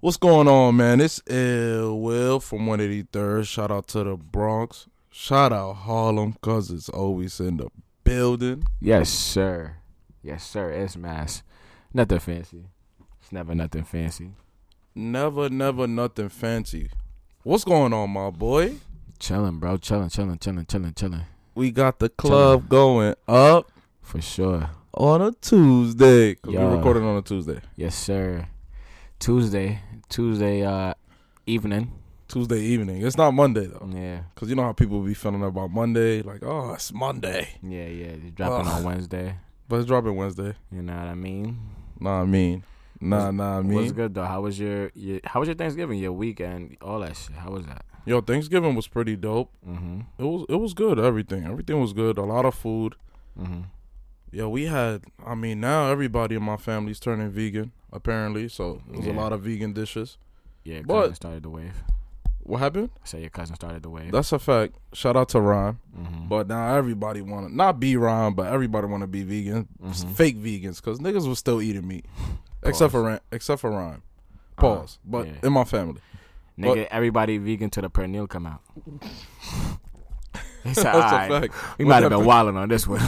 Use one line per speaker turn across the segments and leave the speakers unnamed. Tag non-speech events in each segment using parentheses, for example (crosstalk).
What's going on, man? It's Ill Will from 183rd. Shout out to the Bronx. Shout out Harlem, cause it's always in the building.
Yes, sir. Yes, sir. It's mass. Nothing fancy. It's never nothing fancy.
Never, never nothing fancy. What's going on, my boy?
Chilling, bro. Chilling, chilling, chilling, chilling, chilling.
We got the club going up
For sure.
on a Tuesday. 'Cause we
Yeah.
recorded on a Tuesday.
Yes, sir. Tuesday. Tuesday uh evening.
Tuesday evening. It's not Monday though.
Yeah.
Cause you know how people be feeling about Monday, like, oh, it's Monday.
Yeah, yeah. Just dropping on Wednesday.
But it's dropping Wednesday.
You know what I mean?
Nah, I mean. Nah, nah, I
What's
mean.
good though? How was your, your how was your Thanksgiving, your weekend, all that shit? How was that?
Yo, Thanksgiving was pretty dope.
Mm-hmm.
It was it was good, everything. Everything was good. A lot of food.
Mm-hmm.
Yeah, we had I mean, now everybody in my family's turning vegan, apparently. So it was a
Yeah.
lot of vegan dishes.
Yeah, your
But-
cousin started the wave.
What happened?
I said your cousin started the wave.
That's a fact. Shout out to Ron.
mm-hmm.
But now everybody wanna not be Ron, but everybody wanna be vegan.
Mhm.
Fake vegans, cause niggas was still eating meat. Except for Ron except for Ron. Pause. but
Ah, yeah.
in my
(laughs)
family.
Nigga, everybody vegan till the pernil
(laughs)
come out. He said,
That's
"All right,
a fact.
we
What
might have been
happened?
wilding
(laughs)
on this one.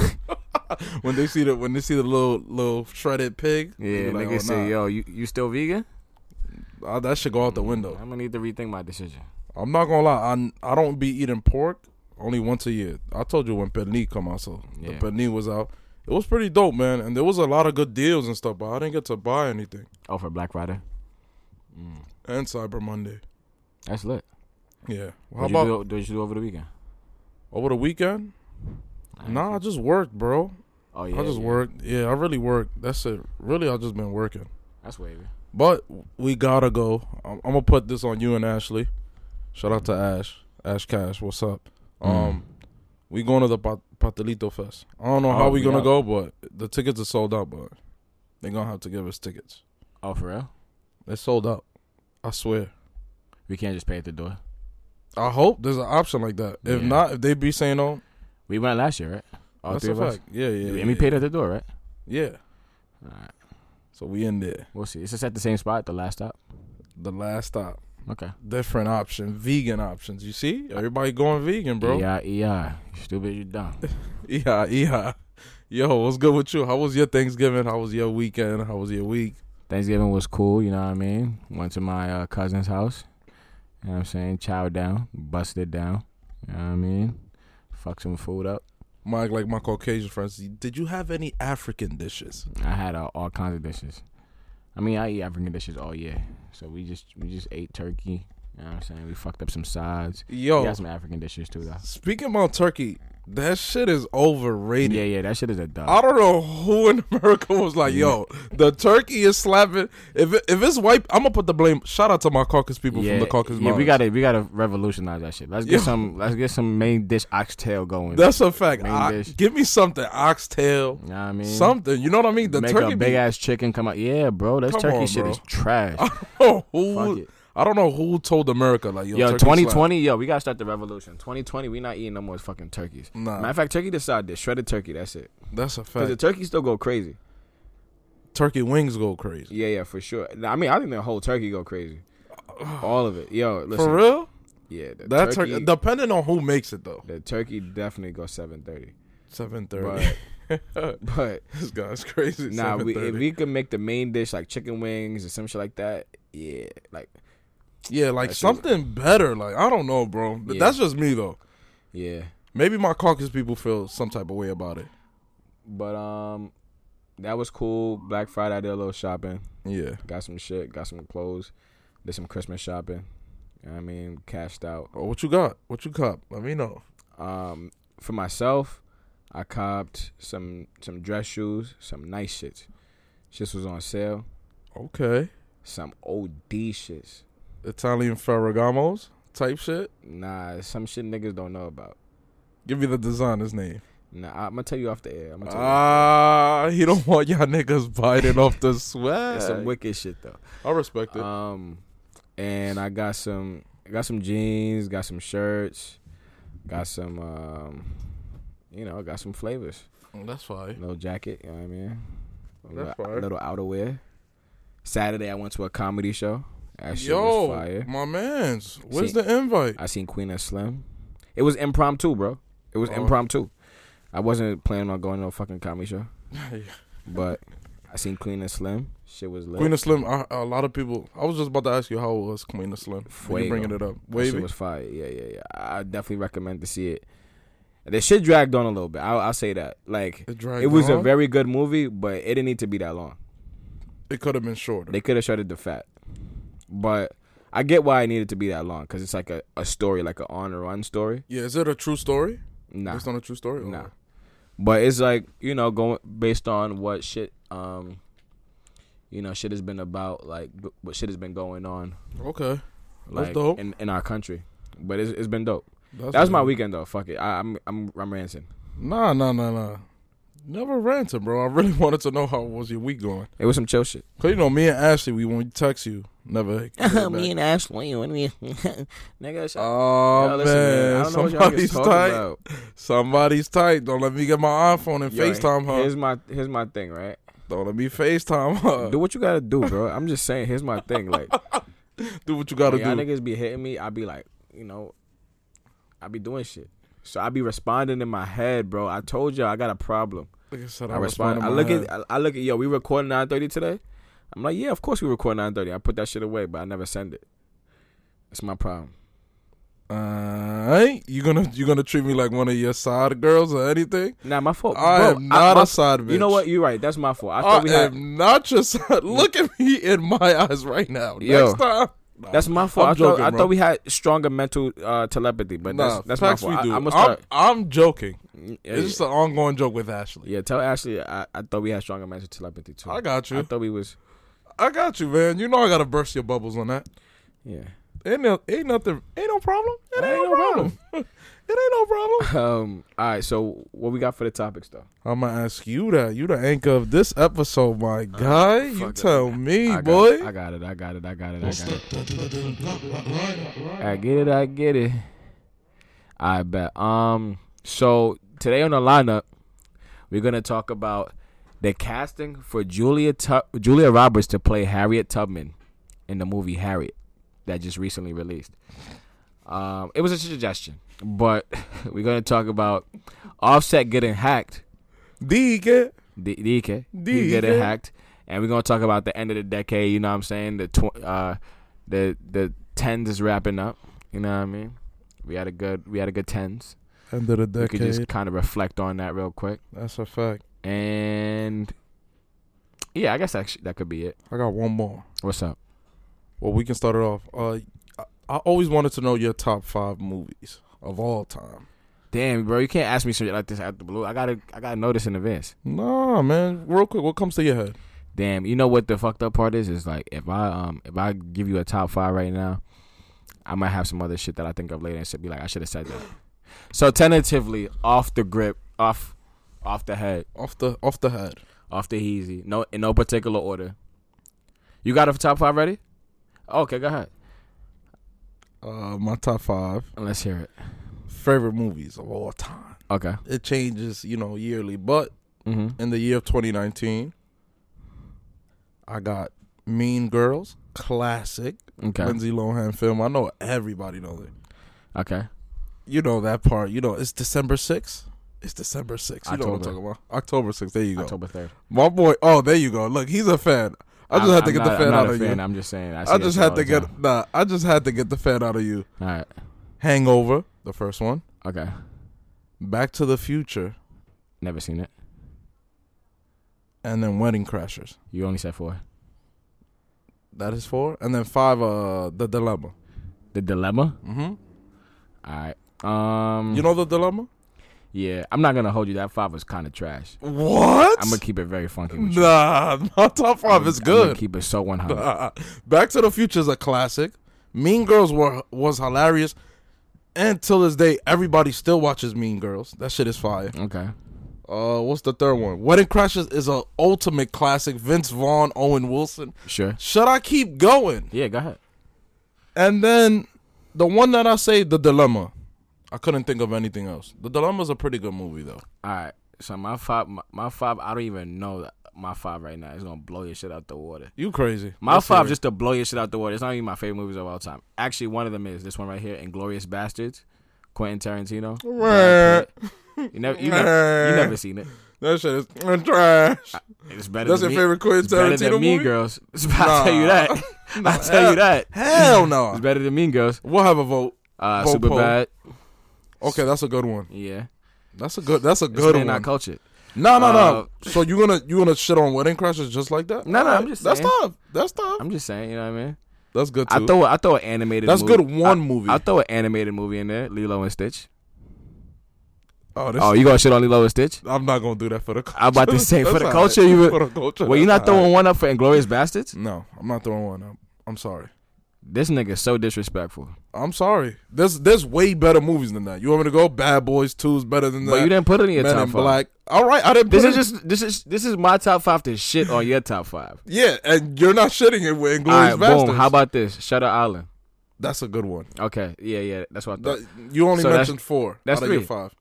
(laughs)
when they see the when they see the little little shredded pig. they be
yeah,
like,
nigga
"Oh,
say, yo, you, you still vegan?
nah." Ah, that should go out the window.
I'm gonna need to rethink my decision.
I'm not gonna lie. I I don't be eating pork only once a year. I told you when pernil come out, so
Yeah.
the pernil was out. It was pretty dope, man, and there was a lot of good deals and stuff. But I didn't get to buy anything.
Oh, for Black Friday. Mm,
And Cyber Monday,
that's lit.
yeah. How
What you
about
do? What you do over the weekend?
over the weekend? Nah, I just worked, bro.
Oh yeah,
I just
yeah.
worked. Yeah, I really worked. That's it. Really, I just been working.
That's wavy.
But we gotta go. I'm, I'm gonna put this on you and Ashley. Shout out to Ash, Ash Cash. What's up?
Mm.
Um, we going to the Pat- Patelito Fest. I don't know how
Oh,
we
we
gonna
out.
go, but the tickets are sold out. But they gonna have to give us tickets.
Oh, for real?
They sold out. I swear.
We can't just pay at the door.
I hope there's an option like that. If
Yeah.
not, if they be saying no,
We went last year, right? All
that's
three
a
of
fact.
us.
Yeah, yeah, yeah.
and we paid at the door, right?
Yeah.
All right,
So we in there.
we'll see. It's just at the same spot, the last stop.
The last stop.
Okay,
Different option. Vegan options. You see, everybody going vegan, bro.
Yeah, yeah. You stupid, you dumb.
(laughs) Yeah, yeah. Yo, what's good with you? How was your Thanksgiving? How was your weekend? How was your week?
Thanksgiving was cool, you know what I mean? Went to my uh, cousin's house. You know what I'm saying? Chowed down, busted it down. You know what I mean? Fuck some food up.
My like my Caucasian friends. Did you have any African dishes?
I had uh, all kinds of dishes. I mean, I eat African dishes all year. So we just we just ate turkey. You know what I'm saying? We fucked up some sides.
Yo,
We got some African dishes too, though.
speaking about turkey, that shit is overrated.
Yeah, yeah, that shit is a dub.
I don't know who in America was like, yo, the turkey is slapping. If it, if it's white, I'm gonna put the blame. Shout out to my caucus people
yeah,
from the caucus.
yeah, we
Mountains.
gotta we gotta revolutionize that shit. Let's get
Yo.
some let's get some main dish oxtail going.
That's a fact.
Main
I-
dish.
give me something, oxtail,
you know what I mean?
something. You know what I mean? (laughs) The
make
turkey. be-
a big ass chicken come out. Yeah, bro, this
Come
turkey
on,
shit
bro.
is trash.
(laughs) Oh,
Fuck
who?
it.
I don't know who told America like, yo,
Yo,
turkey slap.
2020, yo, we gotta start the revolution. 2020, we not eating no more fucking turkeys.
Nah.
Matter of fact, turkey decide this shredded turkey. That's it.
That's a
Cause the
fact.
turkey still go crazy.
turkey wings go crazy.
Yeah, yeah, for sure. Nah, I mean, I think the whole turkey
(sighs)
go crazy. All of it. Yo, listen.
For real?
Yeah, the
That turkey,
turkey.
depending on who makes it though.
the turkey definitely go 730.
Seven thirty.
But but
(laughs) this guy's crazy.
nah, we, if
7:30.
we could make the main dish like chicken wings or some shit like that, yeah, like
yeah, like
that shit-
something better. Like I don't know, bro. But
Yeah.
That's just me though.
yeah.
Maybe my caucus people feel some type of way about it.
But um, that was cool. Black Friday, I did a little shopping.
Yeah.
Got some shit. Got some clothes. Did some Christmas shopping. You know what I mean, cashed out.
Oh, what you got? What you cop? Let me know.
Um, for myself, I copped some some dress shoes, some nice shits. Shits was on sale.
Okay.
Some OD shits.
Italian Ferragamos type shit.
Nah, some shit niggas don't know about.
Give me the designer's name.
Nah, I'm gonna tell you off the air. I'm gonna tell you.
Ah, he don't want y'all niggas biting off
(laughs)
the
It's some
sweat.
wicked shit though.
I respect it.
Um, and I got some, I got some jeans, got some shirts, got some, um, you know, got some flavors.
That's fine.
Little jacket, you know what I mean? A
That's
little,
fire.
little outerwear. Saturday, I went to a comedy show That shit was
Yo,
fire.
my man's. Where's
See-
the invite?
I seen Queen and Slim. It was impromptu, bro. It was
Oh.
impromptu. I wasn't planning on going to a fucking comedy show,
(laughs) Yeah.
but I seen Queen and Slim. Shit was lit.
Queen of Slim. I, a lot of people. I was just about to ask you how it was Queen of Slim.
Fuego.
You bringing it up?
That shit
Wavy.
was fire. Yeah, yeah, yeah. I definitely recommend to see it. The shit dragged on a little bit. I'll, I'll say that. Like
It, dragged
it was a
on.
very good movie, but it didn't need to be that long.
It could have been shorter.
They could have shut it to fat, but I get why it needed to be that long because it's like a, a story, like an on and run story.
yeah, is it a true story?
Nah,
Based on a true story?
Nah. But it's like, you know, going based on what shit um you know, shit has been about, like b- what shit has been going on
Okay.
like
That's dope.
in in our country. But it's, it's been dope.
That's
That was my
good.
weekend though. Fuck it. I, I'm I'm I'm ranting.
Nah, nah, nah, nah. Never ranting, bro. I really (laughs) wanted to know how was your week going.
It was some chill shit.
Cause you know me and Ashley, we when we text you,
(laughs)
never.
Me (laughs) and Ashley, when we nigga, shut
Oh
Yo,
man,
listen, I don't know what y'all niggas
somebody's
talking
tight.
about.
Somebody's tight. Don't let me get my iPhone and
Yo,
FaceTime her.
Here's my here's my thing, right?
Don't let me FaceTime her.
(laughs) Do
Do,
what you gotta do, bro. I'm just saying. Here's my
(laughs)
thing. Like,
what you gotta
when y'all
do.
niggas be hitting me, I be like, you know, I be doing shit. So I be responding in my head, bro. I told y'all I got a problem.
Like I said,
I respond.
in
I
my
look
head.
at. I, I look at. Yo, we record nine thirty today. I'm like, yeah, of course we record nine thirty. I put that shit away, but I never send it. That's my problem.
Alright, you gonna you gonna treat me like one of your side girls or anything?
Nah, my fault.
I
bro,
am not
I,
a
my-
side bitch. Uh, eh,
You know what? You're right. That's my fault. I
I,
thought we had.
am not your side. (laughs) Look at me in my eyes right now.
Yo.
Next time, Nah,
That's my fault.
I'm
I, thought,
joking,
I
bro.
thought we had stronger mental uh, telepathy, but
nah,
that's, that's my
facts
fault.
we
I,
do.
I'm gonna
I'm,
start. mm,
I'm joking.
Yeah,
it's just an ongoing joke with Ashley.
yeah, tell Ashley I, I thought we had stronger mental telepathy too.
I got
I
you.
thought we was
I got you, man. You know I gotta burst your bubbles on that.
yeah. (laughs)
Ain't no, ain't nothing. Ain't no problem. It ain't,
Ain't
no
no
problem. (laughs) it ain't no problem.
Um. All right. So what we got for the topics though?
I'm gonna ask you that. You the anchor of this episode, my guy. you
fuck
tell me,
I got
boy.
It, I got it. I got it. I got it. I got it. I get it. I get it. I bet. Um. So today on the lineup, we're gonna talk about the casting for Julia Tu- Julia Roberts to play Harriet Tubman in the movie Harriet that just recently released. Um, it was a suggestion, but (laughs) we're gonna talk about Offset getting hacked
DK.
D- DK.
DK.
He get it hacked. And we're gonna talk about the end of the decade, you know what I'm saying? The tw- uh the the tens is wrapping up. You know what I mean? We had a good we had a good tens.
End of the
We
decade.
could just kinda reflect on that real quick.
That's a fact.
And yeah, I guess that, sh- that could be it.
I got one more.
What's up?
Well, we can start it off. Uh, I, I always wanted to know your top five movies of all time.
Damn, bro, you can't ask me something like this out the blue. I gotta I gotta know this in advance.
Nah, man. Real quick, what comes to your head?
Damn, you know what the fucked up part is? Is like if I um if I give you a top five right now, I might have some other shit that I think of later and should be like I should have said that. So tentatively, off the grip, off off the head,
Off the off the head.
off the easy, no in no particular order. You got a top five ready? Okay, go ahead.
Uh, my top five
Let's hear it.
favorite movies of all time.
Okay.
It changes, you know, yearly, but
Mm-hmm.
in the year of 2019, I got Mean Girls, classic
Okay.
Lindsay Lohan film. I know everybody knows it.
Okay.
You know that part. You know it's December 6th. It's December 6th. You know what I'm
October.
talking about. October 6th. There you go.
October third.
My boy. Oh, there you go. Look, he's a fan. I just
I'm-
had to
I'm
get
not-
the
I'm
fan
not
out
a
of
fan,
you.
I'm just saying. I, see
I
that
just
shit
had
all
to
the
get
time.
nah. I just had to get the fan out of you.
All right.
Hangover, the first one.
Okay.
Back to the Future,
Never seen it.
and then Wedding Crashers.
You only said four.
That is four, and then five. Uh, the Dilemma.
The dilemma.
hmm
All right. Um,
You know the Dilemma?
yeah, I'm not gonna hold you. That five was kind of trash.
What?
I'm gonna keep it very funky. With you.
Nah, (laughs) my top
I'm-
five is
I'm gonna
good.
keep it so 100.
Nah. (laughs) Back to the Future is a classic. Mean Girls were was hilarious, and till this day, everybody still watches Mean Girls. That shit is fire.
Okay.
Uh, what's the third one? Wedding Crashers is a ultimate classic. Vince Vaughn, Owen Wilson.
Sure.
Should I keep going?
Yeah. Go ahead.
And then the one that I say, The Dilemma. I couldn't think of anything else. The Dilemma's a pretty good movie though.
All right. So my five, my, my five. I don't even know that. my five right now. It's gonna blow your shit out the water.
You crazy.
My
That's
five
it.
just to blow your shit out the water. It's not even my favorite movies of all time. Actually, one of them is this one right here, Inglorious Bastards, Quentin Tarantino. Brad Pitt. You never, you never, you never seen it.
That shit is trash.
It's better.
That's
than
your
me.
favorite Quentin
It's better than
Tarantino
Mean
movie?
Girls. (laughs) I'll tell you
(laughs)
that. I'll tell you that.
Hell
It's
no.
better than Mean Girls.
We'll have a vote.
Uh,
Vote
Super
poll.
bad.
Okay, that's a good one.
Yeah.
That's a good. That's a
It's
good
been
one.
not cultured.
no, no,
uh,
no. so you gonna you gonna shit on Wedding Crashers just like that?
No, no, I'm
Alright,
just
that's
saying.
tough. That's tough.
I'm just saying. You know what I mean?
That's good
I
too.
throw. I throw an animated.
that's
movie.
good one
I,
movie.
I throw an animated movie in there. Lilo and Stitch.
oh, this,
Oh, you gonna shit on Lilo and Stitch?
I'm not gonna do that for the. Culture. (laughs)
I'm about to say, for
That's
the
alright.
culture, you would-
for the culture.
Well, you're
that's
not
alright.
throwing one up for Inglorious Bastards.
No, I'm not throwing one. I'm, I'm sorry.
This nigga's so disrespectful.
I'm sorry. There's there's way better movies than that. You want me to go? Bad Boys Two is better than that.
But you didn't put it in your
Men
top
in
five.
Black. All right, I didn't.
This
put it-
is just this is this is my top five to shit on your
(laughs)
top five.
yeah, and you're not shitting it with
All
Inglourious
right,
Bastards.
boom. How about this? Shutter Island.
that's a good one.
Okay, yeah, yeah. That's what I thought.
That- you only
So that's-
mentioned four.
that's
out of your
three.
five.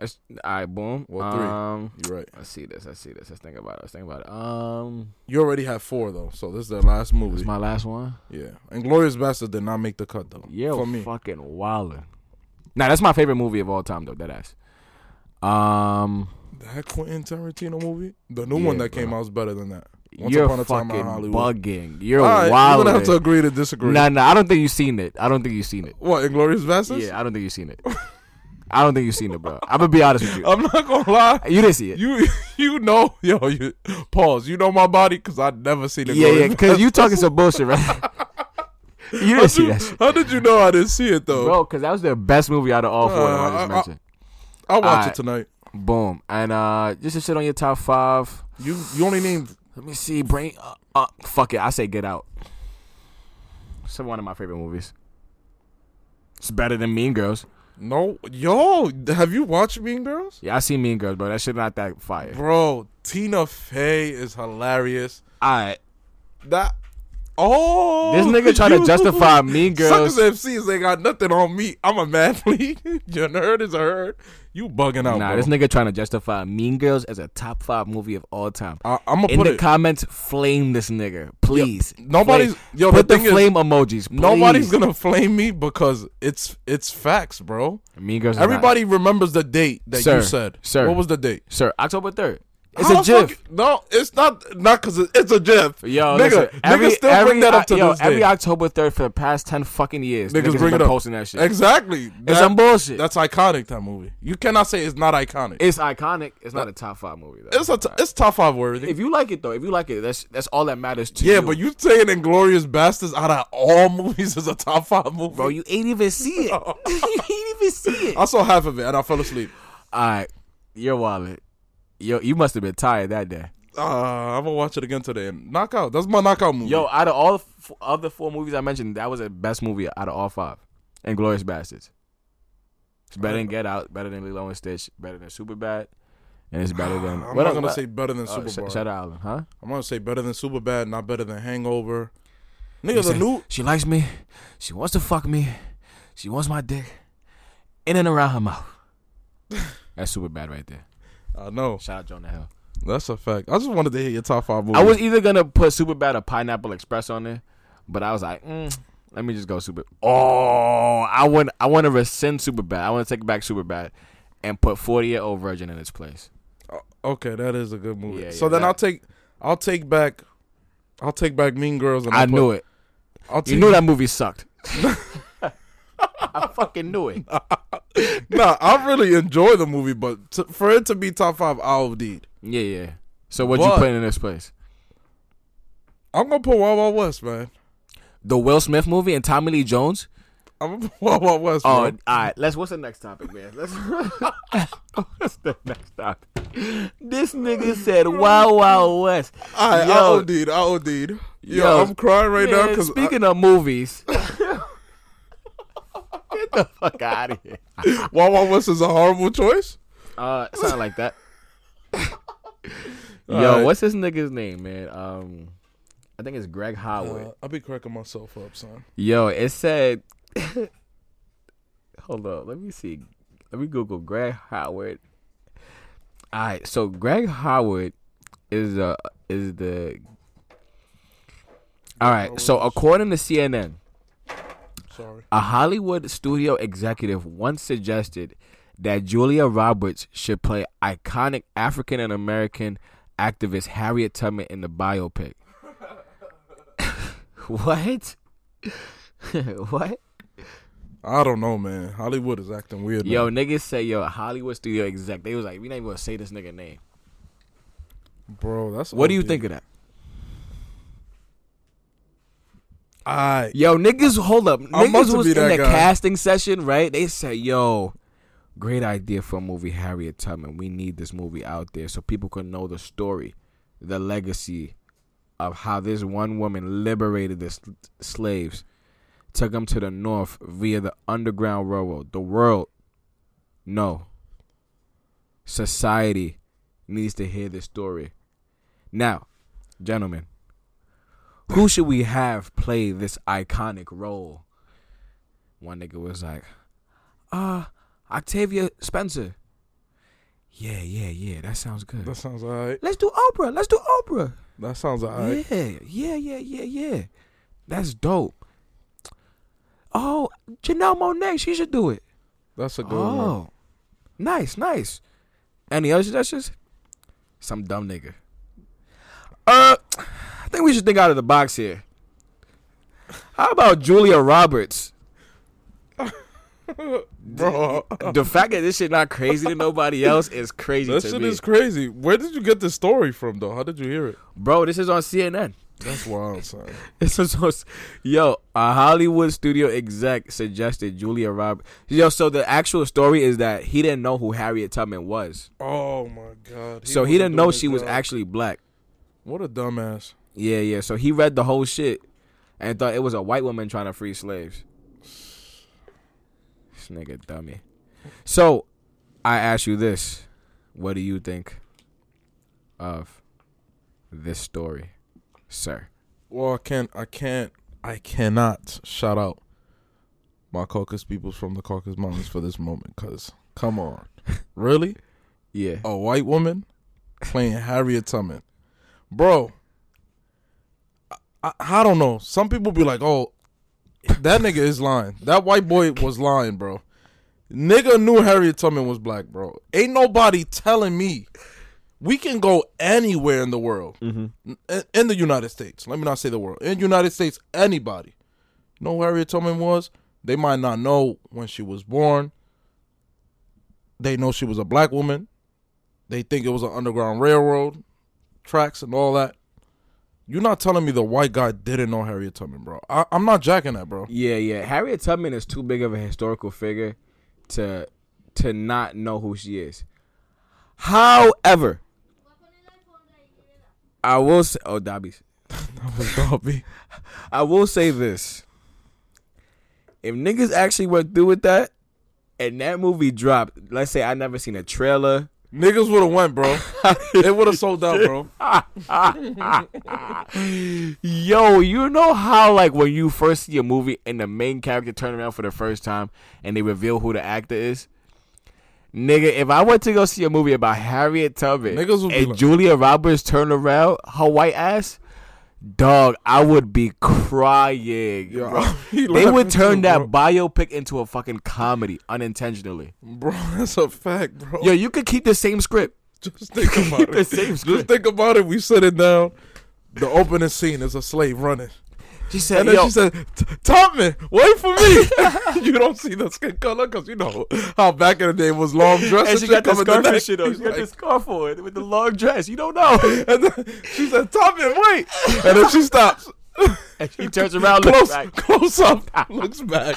That's, all right, boom.
Well, three.
Um,
You're right.
I see this. I see this. Let's think about it. Let's think about it. Um,
You already have four though, so this is their last
this
movie.
my last one.
yeah, Inglorious Bastards did not make the cut though.
Yeah,
for me.
fucking wildin'. Nah, that's my favorite movie of all time though. That ass. Um,
That Quentin Tarantino movie, the new one
Yeah,
that came
bro.
out was better than that. Once
you're
Upon a Time in
fucking
Hollywood.
bugging. You're
All right,
wildin'.
you're gonna have to agree to disagree.
Nah, nah. I don't think you've seen it. I don't think you've seen it.
what Inglorious Bastards?
Yeah, I don't think you've seen it. I don't think you've seen it, bro. I'm gonna be honest with you.
I'm not gonna lie.
You didn't see it.
Oh, You (laughs) you know yo you pause. You know my body because I never seen it.
yeah, yeah. (laughs) Because you talking some
(laughs)
bullshit, right? you didn't see that shit.
How did you know I didn't see it though?
Bro, because that was the best movie out of all four
Uh,
that I
I-
just
I-
mentioned.
I'll watch
alright.
it tonight.
Boom. And uh, just to shit on your top five.
You you only named
Let me see. Brain. Uh, uh, fuck it. I say Get Out. It's one of my favorite movies. It's better than Mean Girls.
no yo. Have you watched Mean Girls?
Yeah, I seen Mean Girls, bro. That shit not that fire.
Bro, Tina Fey is hilarious.
All right.
That oh
This nigga trying to
you-
justify Mean
(laughs)
Girls.
Suckers MCs ain't got nothing on me. I'm a (laughs) manly. Your nerd is a herd. You bugging out,
Nah,
bro.
this nigga trying to justify Mean Girls as a top five movie of all time.
I, I'm gonna
In
put
the
it.
comments, flame this nigga, please.
Nobody's
Flame-
yo.
put
the
the,
thing is,
flame emojis. Please.
Nobody's gonna flame me because it's it's facts, bro.
Mean Girls. is not-
Everybody remembers the date that
Sir,
you said.
sir.
what was the date?
sir, October third. It's
How
a
the fuck-
GIF.
no, it's not. Not because it's a GIF.
Yo,
nigga,
listen,
niggas
every,
still
every,
bring that up to
yo,
this
every
day.
October third for the past ten fucking years.
Niggas
Niggas,
bring
been
it up.
posting that shit.
Exactly.
it's
That-
some bullshit.
That's iconic. That movie. You cannot say it's not iconic.
it's iconic. It's not a top five movie though.
It's a t- it's top five worthy.
if you like it though, if you like it, that's that's all that matters to you.
yeah, but you saying "Inglorious Bastards" out of all (laughs) movies is a top five movie.
bro, you ain't even see
(laughs)
it. (laughs) you ain't even see it.
I saw half of it and I fell
(sighs)
asleep.
All right, your wallet. Yo, you must have been tired that day.
Uh, I'm gonna watch it again today. And knockout. That's my knockout movie.
Yo, out of all the f- other four movies I mentioned, that was the best movie out of all five. And Glorious Bastards. It's better than Get Out, better than Lilo and Stitch, better than Superbad, and it's better (sighs) than.
(sighs) I'm
what
not
el-
gonna
what-
say better than
oh,
Superbad.
Sh- Shutter Island, huh?
I'm gonna say better than Superbad, not better than Hangover.
You
Nigga, the
say,
new
She likes me. She wants to fuck me. She wants my dick in and around
(laughs)
her mouth. That's super bad right there.
I know
Shout out Jonah Hill.
that's a fact. I just wanted to hear your top five movies.
I was either gonna put super bad or Pineapple Express on there, but I was like, mm, let me just go super. Oh, I want I want to rescind super bad. I want to take back super bad and put forty year old virgin in its place.
Uh, okay, that is a good movie.
Yeah,
so
yeah,
then
that-
I'll take, I'll take back, I'll take back Mean Girls. And
I
I'll
knew it.
Put, I'll
You
take,
knew that movie (laughs) sucked. I fucking knew it.
nah, I really enjoy the movie, but to, for it to be top five, I'll deed.
Yeah, yeah. So what you
But-
putting in its place?
I'm gonna put Wild Wild West, man.
The Will Smith movie and Tommy Lee Jones.
I'm gonna put Wild Wild West.
Oh,
bro.
all right. Let's. What's the next topic, man? Let's. (laughs) what's the next topic? This nigga said, "Wow, wow, West."
I, I
yo.
OD'd. I OD'd. Yo,
Yo,
I'm crying right now
Man,
because
speaking of movies, (laughs) get the fuck out of here.
Wild Wild West is a horrible choice.
Uh, something like (laughs) that. Yo,
Alright.
what's this nigga's name, man? Um, I think it's Greg Howard.
Uh, I'll be cracking myself up, son.
Yo, it said. (laughs) Hold up, let me see. Let me Google Greg Howard. All right, so Greg Howard is the is the. All right. So according to CNN,
Sorry.
a Hollywood studio executive once suggested that Julia Roberts should play iconic African and American activist Harriet Tubman in the biopic. (laughs) what? (laughs) what?
I don't know, man. Hollywood is acting weird. now.
Yo, niggas say yo Hollywood studio exec. They was like, we not even gonna say this nigga name.
bro, that's.
What do you
OD.
think of that?
I
Yo, niggas, hold up.
about
Niggas
to
was
be
in
that
the
guy.
casting session, right? They said, yo, great idea for a movie, Harriet Tubman. We need this movie out there so people can know the story, the legacy of how this one woman liberated the s- slaves, took them to the north via the Underground Railroad. The world, no. Society needs to hear this story. Now, gentlemen, who should we have play this iconic role? One nigga was like, uh, Octavia Spencer. Yeah, yeah, yeah, that sounds good.
that sounds alright.
Let's do Oprah. Let's do Oprah.
That sounds alright.
Yeah, yeah, yeah, yeah, yeah. That's dope. Oh, Janelle Monae, she should do it.
That's a good one.
Oh, nice, nice. Any other suggestions? Some dumb nigga. Uh, I think we should think out of the box here. How about Julia Roberts? (laughs)
Bro,
The fact that this shit not crazy
(laughs)
to nobody else is crazy
that
to
shit
me.
is crazy. Where did you get this story from, though? How did you hear it?
Bro, this is on CNN.
That's wild, son.
(laughs) This is on, yo, a Hollywood studio exec suggested Julia Roberts. Yo, so the actual story is that he didn't know who Harriet Tubman was,
Oh my god.
so
wasn't
he didn't
doing
know
his
she was
job.
actually black.
What a dumbass.
Yeah, yeah. So he read the whole shit and thought it was a white woman trying to free slaves. This nigga dummy. So I ask you this. What do you think of this story, sir?
Well, I can't. I can't. I cannot shout out my caucus peoples from the caucus mountains for this moment. Cause come
(laughs)
on, really,
Yeah.
a white woman playing Harriet Tubman, bro. I, I, I don't know. Some people be like, "Oh, that nigga is lying. That white boy was lying, bro." Nigga knew Harriet Tubman was black, bro. Ain't nobody telling me we can go anywhere in the world in, in the United States. Let me not say the world. In the United States, anybody you know who Harriet Tubman was? They might not know when she was born. They know she was a black woman. They think it was an underground railroad tracks and all that. You're not telling me the white guy didn't know Harriet Tubman, bro. I, I'm not jacking that, bro.
Yeah, yeah. Harriet Tubman is too big of a historical figure to to not know who she is. However, I will say, oh, Dobby's.
(laughs) That was Dobby.
I will say this. If niggas actually went through with that and that movie dropped, let's say I never seen a trailer.
Niggas would have went, bro. (laughs) They would have sold out, bro.
Yo, you know how like when you first see a movie and the main character turn around for the first time and they reveal who the actor is? Nigga, if I went to go see a movie about Harriet Tubman
Niggas would be
and
like-
Julia Roberts turn around, her white ass, dog, I would be crying.
Yo,
bro.
he
They would
laughing
turn
too,
that
bro.
biopic into a fucking comedy unintentionally.
Bro, (laughs) that's a fact, bro.
Yo, you could keep the same script.
Just
(laughs)
think about
Keep
it.
the same
Just
script.
think about it. We sitting down. The opening scene is a slave running.
She said,
And then
"Yo,
she said, "T- Tommy, wait for me. (laughs) you don't see the skin color because you know how back in the day it was long dress.
and she got the
covered
scarf
neck.
and shit on. She got the scarf on with the long dress. You don't know."
(laughs) And then she said, Tommy, wait.
(laughs)
And then she stops.
And she turns around, looks
Close,
back.
close
(laughs)
up, looks back. (laughs)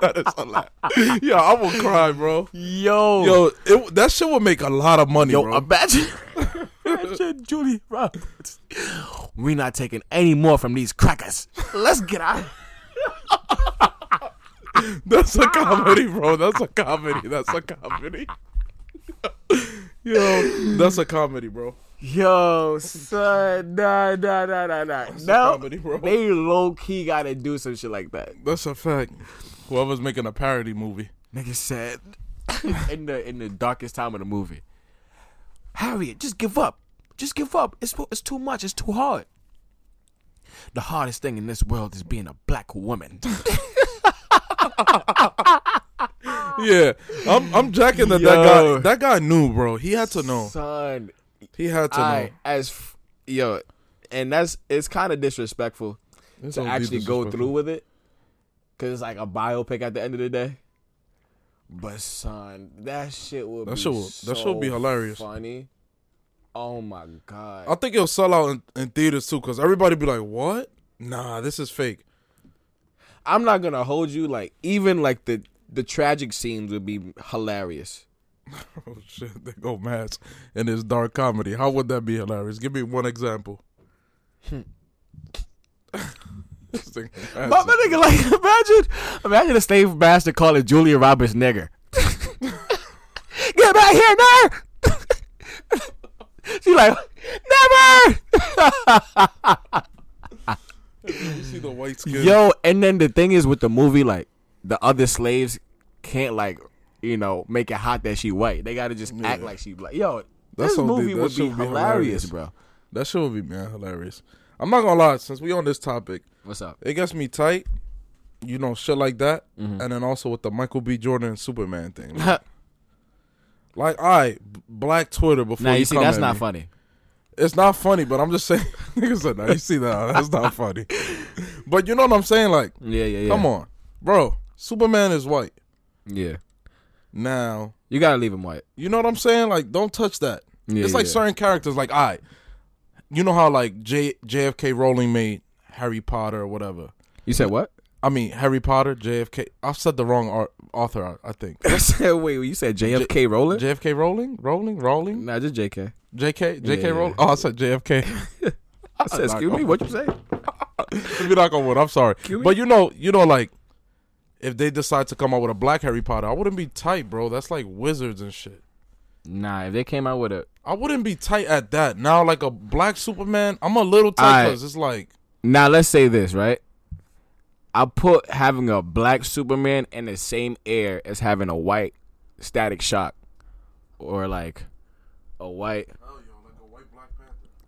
that is a lot. Yo, I will cry, bro.
Yo, yo,
Yo, it, that shit would make a lot of money, bro. (laughs)
imagine, imagine Julie Roberts. We're not taking any more from these crackers. Let's get out.
That's a comedy, bro. That's a comedy. That's a comedy. (laughs) Yo, that's a comedy, bro.
Yo, son, nah, nah, nah, nah, nah. No,
comedy, bro.
they low key gotta do some shit like that.
That's a fact. Whoever's making a parody movie. (laughs)
Nigga said in the in the darkest time of the movie. Harriet, just give up. Just give up. It's it's too much. It's too hard. The hardest thing in this world is being a
(laughs)
black woman.
Yeah, I'm I'm jacking that
Yo.
that guy that guy knew, bro. He had to know.
Son,
He had to know.
I as f- yo, and that's it's kind of disrespectful
It's
to
OD
actually go
disrespectful.
through with it, cause it's like a biopic at the end of the day. But son, that shit will
That
be
shit will- that shit will be
so
hilarious.
funny. Oh my god!
I think it'll sell out in, in theaters too, cause everybody be like, "What? Nah, this is fake." (laughs)
I'm not gonna hold you. Like even like the the tragic scenes would be hilarious.
Oh shit, they go mad in this dark comedy. How would that be hilarious? Give me one example. (laughs) This thing mad.
But Hmm. my nigga, like (laughs) imagine, imagine a slave master calling Julia Roberts nigger. (laughs) Get back here, nigger. (laughs) she like never.
you see the white skin.
Yo, and then the thing is with the movie, like the other slaves can't like you know make it hot that she white. They gotta just act
Yeah.
like she black. Yo,
That's
this
what
movie
they-
would
that
be
should be
hilarious,
hilarious.
bro.
That shit would be man hilarious. I'm not gonna lie, since we on this topic,
What's up? (laughs)
it gets me tight. You know, shit like that,
Mm-hmm.
and then also with the Michael B. Jordan and Superman thing. Like, I black Twitter before
now
you,
you see,
come
that's
at
not
me.
funny.
It's not funny, but I'm just saying. (laughs) Niggas said, "Nah, you see
(laughs)
that? That's not funny." But you know what I'm saying? Like,
Yeah, yeah, yeah.
come on, bro. Superman is white.
Yeah,
Now,
you gotta leave him white.
you know what I'm saying? Like, don't touch that.
Yeah,
it's like
yeah.
certain characters. Like, I, you know how like J- JFK Rowling made Harry Potter or whatever.
You said what? (laughs)
I mean, Harry Potter, JFK. I've said the wrong ar- author, I- I think.
I said, wait, you said JFK Rowling?
JFK Rowling, Rowling, Rowling,
nah, just JK.
JK, JK
Yeah.
Rowling. Oh, I said JFK.
I said, excuse me, what you say?
(laughs) Let me knock on wood. I'm sorry,
we-
but you know, you know, like if they decide to come out with a black Harry Potter, I wouldn't be tight, bro. That's like wizards and shit.
Nah, if they came out with a
I wouldn't be tight at that. Now, like a black Superman, I'm a little tight
Aight.
because it's like
now, let's say this right. I put having a black Superman in the same air as having a white Static Shock, or like a white.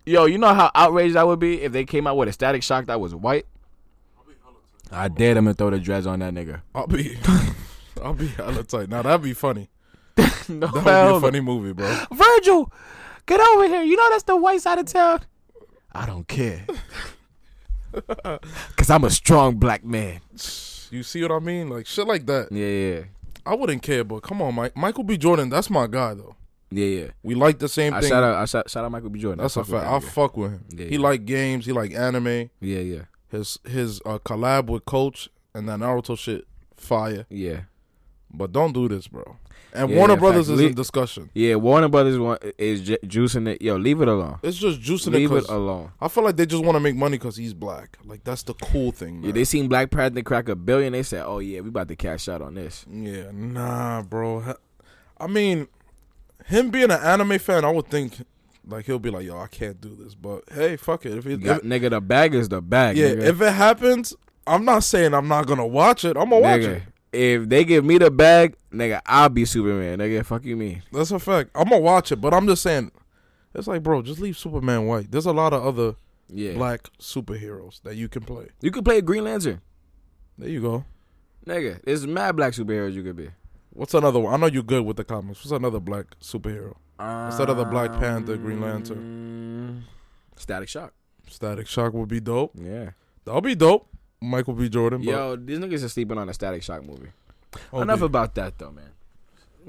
Yo, you know how outraged I would be if they came out with a Static Shock that was white. I dare them to throw the dreads on that nigga.
I'll be, (laughs) I'll be hella tight. Now that'd be funny.
No,
That would be
hell
a funny movie, bro.
Virgil, get over here. You know that's the white side of town. I don't (laughs) care. Cause I'm a strong black man.
You see what I mean? Like shit like that.
Yeah, yeah.
I wouldn't care, but come on, Mike. Michael B. Jordan, that's my guy though.
Yeah, yeah.
We like the same
I
thing.
shout out I shout, shout out Michael B. Jordan.
That's
I
a
fuck with
fact.
that
I
nigga.
fuck with him.
Yeah,
he
yeah.
like games. He like anime.
Yeah, yeah.
His his uh, collab with Coach and that Naruto shit, fire.
Yeah.
But don't do this, bro. And
Yeah,
Warner
yeah,
Brothers
fact.
is
Le-
in discussion.
Yeah, Warner Brothers want, is ju- juicing it. Yo, leave it alone.
It's just juicing it.
Leave it
'cause
alone.
I feel like they just want to make money because he's black. Like that's the cool thing.
Yeah,
Man.
they seen Black Panther crack a billion. They said, "Oh yeah, we about to cash out on this."
Yeah, nah, bro. Ha- I mean, him being an anime fan, I would think like he'll be like, "Yo, I can't do this," but hey, fuck it. If it,
Got,
if-
nigga, the bag is the bag.
yeah,
nigga.
if it happens, I'm not saying I'm not gonna watch it. I'm gonna watch
Nigga,
it.
If they give me the bag, nigga, I'll be Superman. Nigga, fuck you mean?
That's a fact. I'm gonna watch it, but I'm just saying, it's like, bro, just leave Superman white. There's a lot of other
Yeah.
black superheroes that you can play.
You could play Green Lantern.
There you go.
Nigga, there's mad black superheroes you could be.
What's another one? I know you're good with the comics. What's another black superhero? Instead of the Black Panther, Green Lantern,
Um, Static Shock.
Static Shock would be dope.
Yeah.
That'll be dope. Michael B. Jordan. But
Yo, these niggas are sleeping on a Static Shock movie.
Oh,
Enough
dude,
about that though, man.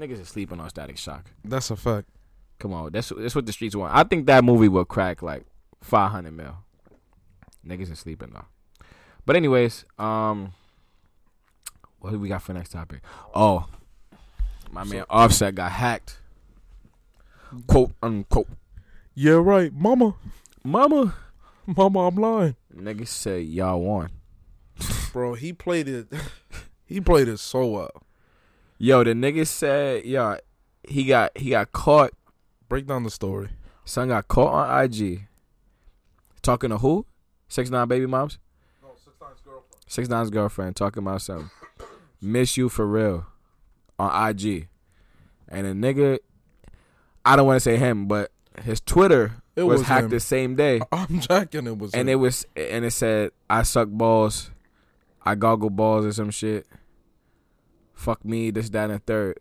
Niggas are sleeping on Static Shock.
that's a fact.
Come on, that's that's what the streets want. I think that movie will crack like 500 mil. Niggas are sleeping though. But anyways, um, what do we got for next topic? Oh, my man Offset got hacked. Quote unquote.
Yeah, right, Mama.
Mama,
Mama, I'm lying,
niggas said y'all won.
bro. He played it. (laughs) he played it so well.
Yo, the nigga said, yo, he got he got caught.
Break down the story.
Son got caught on IG. Talking to who? Six nine baby moms. Six nine's girlfriend talking about something. Miss you for real on IG, and a nigga. I don't want to say him, but his Twitter
It
was,
was
hacked
him.
the same day,
(laughs) I'm jacking it was
and
him.
it was and it said I suck balls, I goggle balls or some shit. Fuck me, this, that, and the third.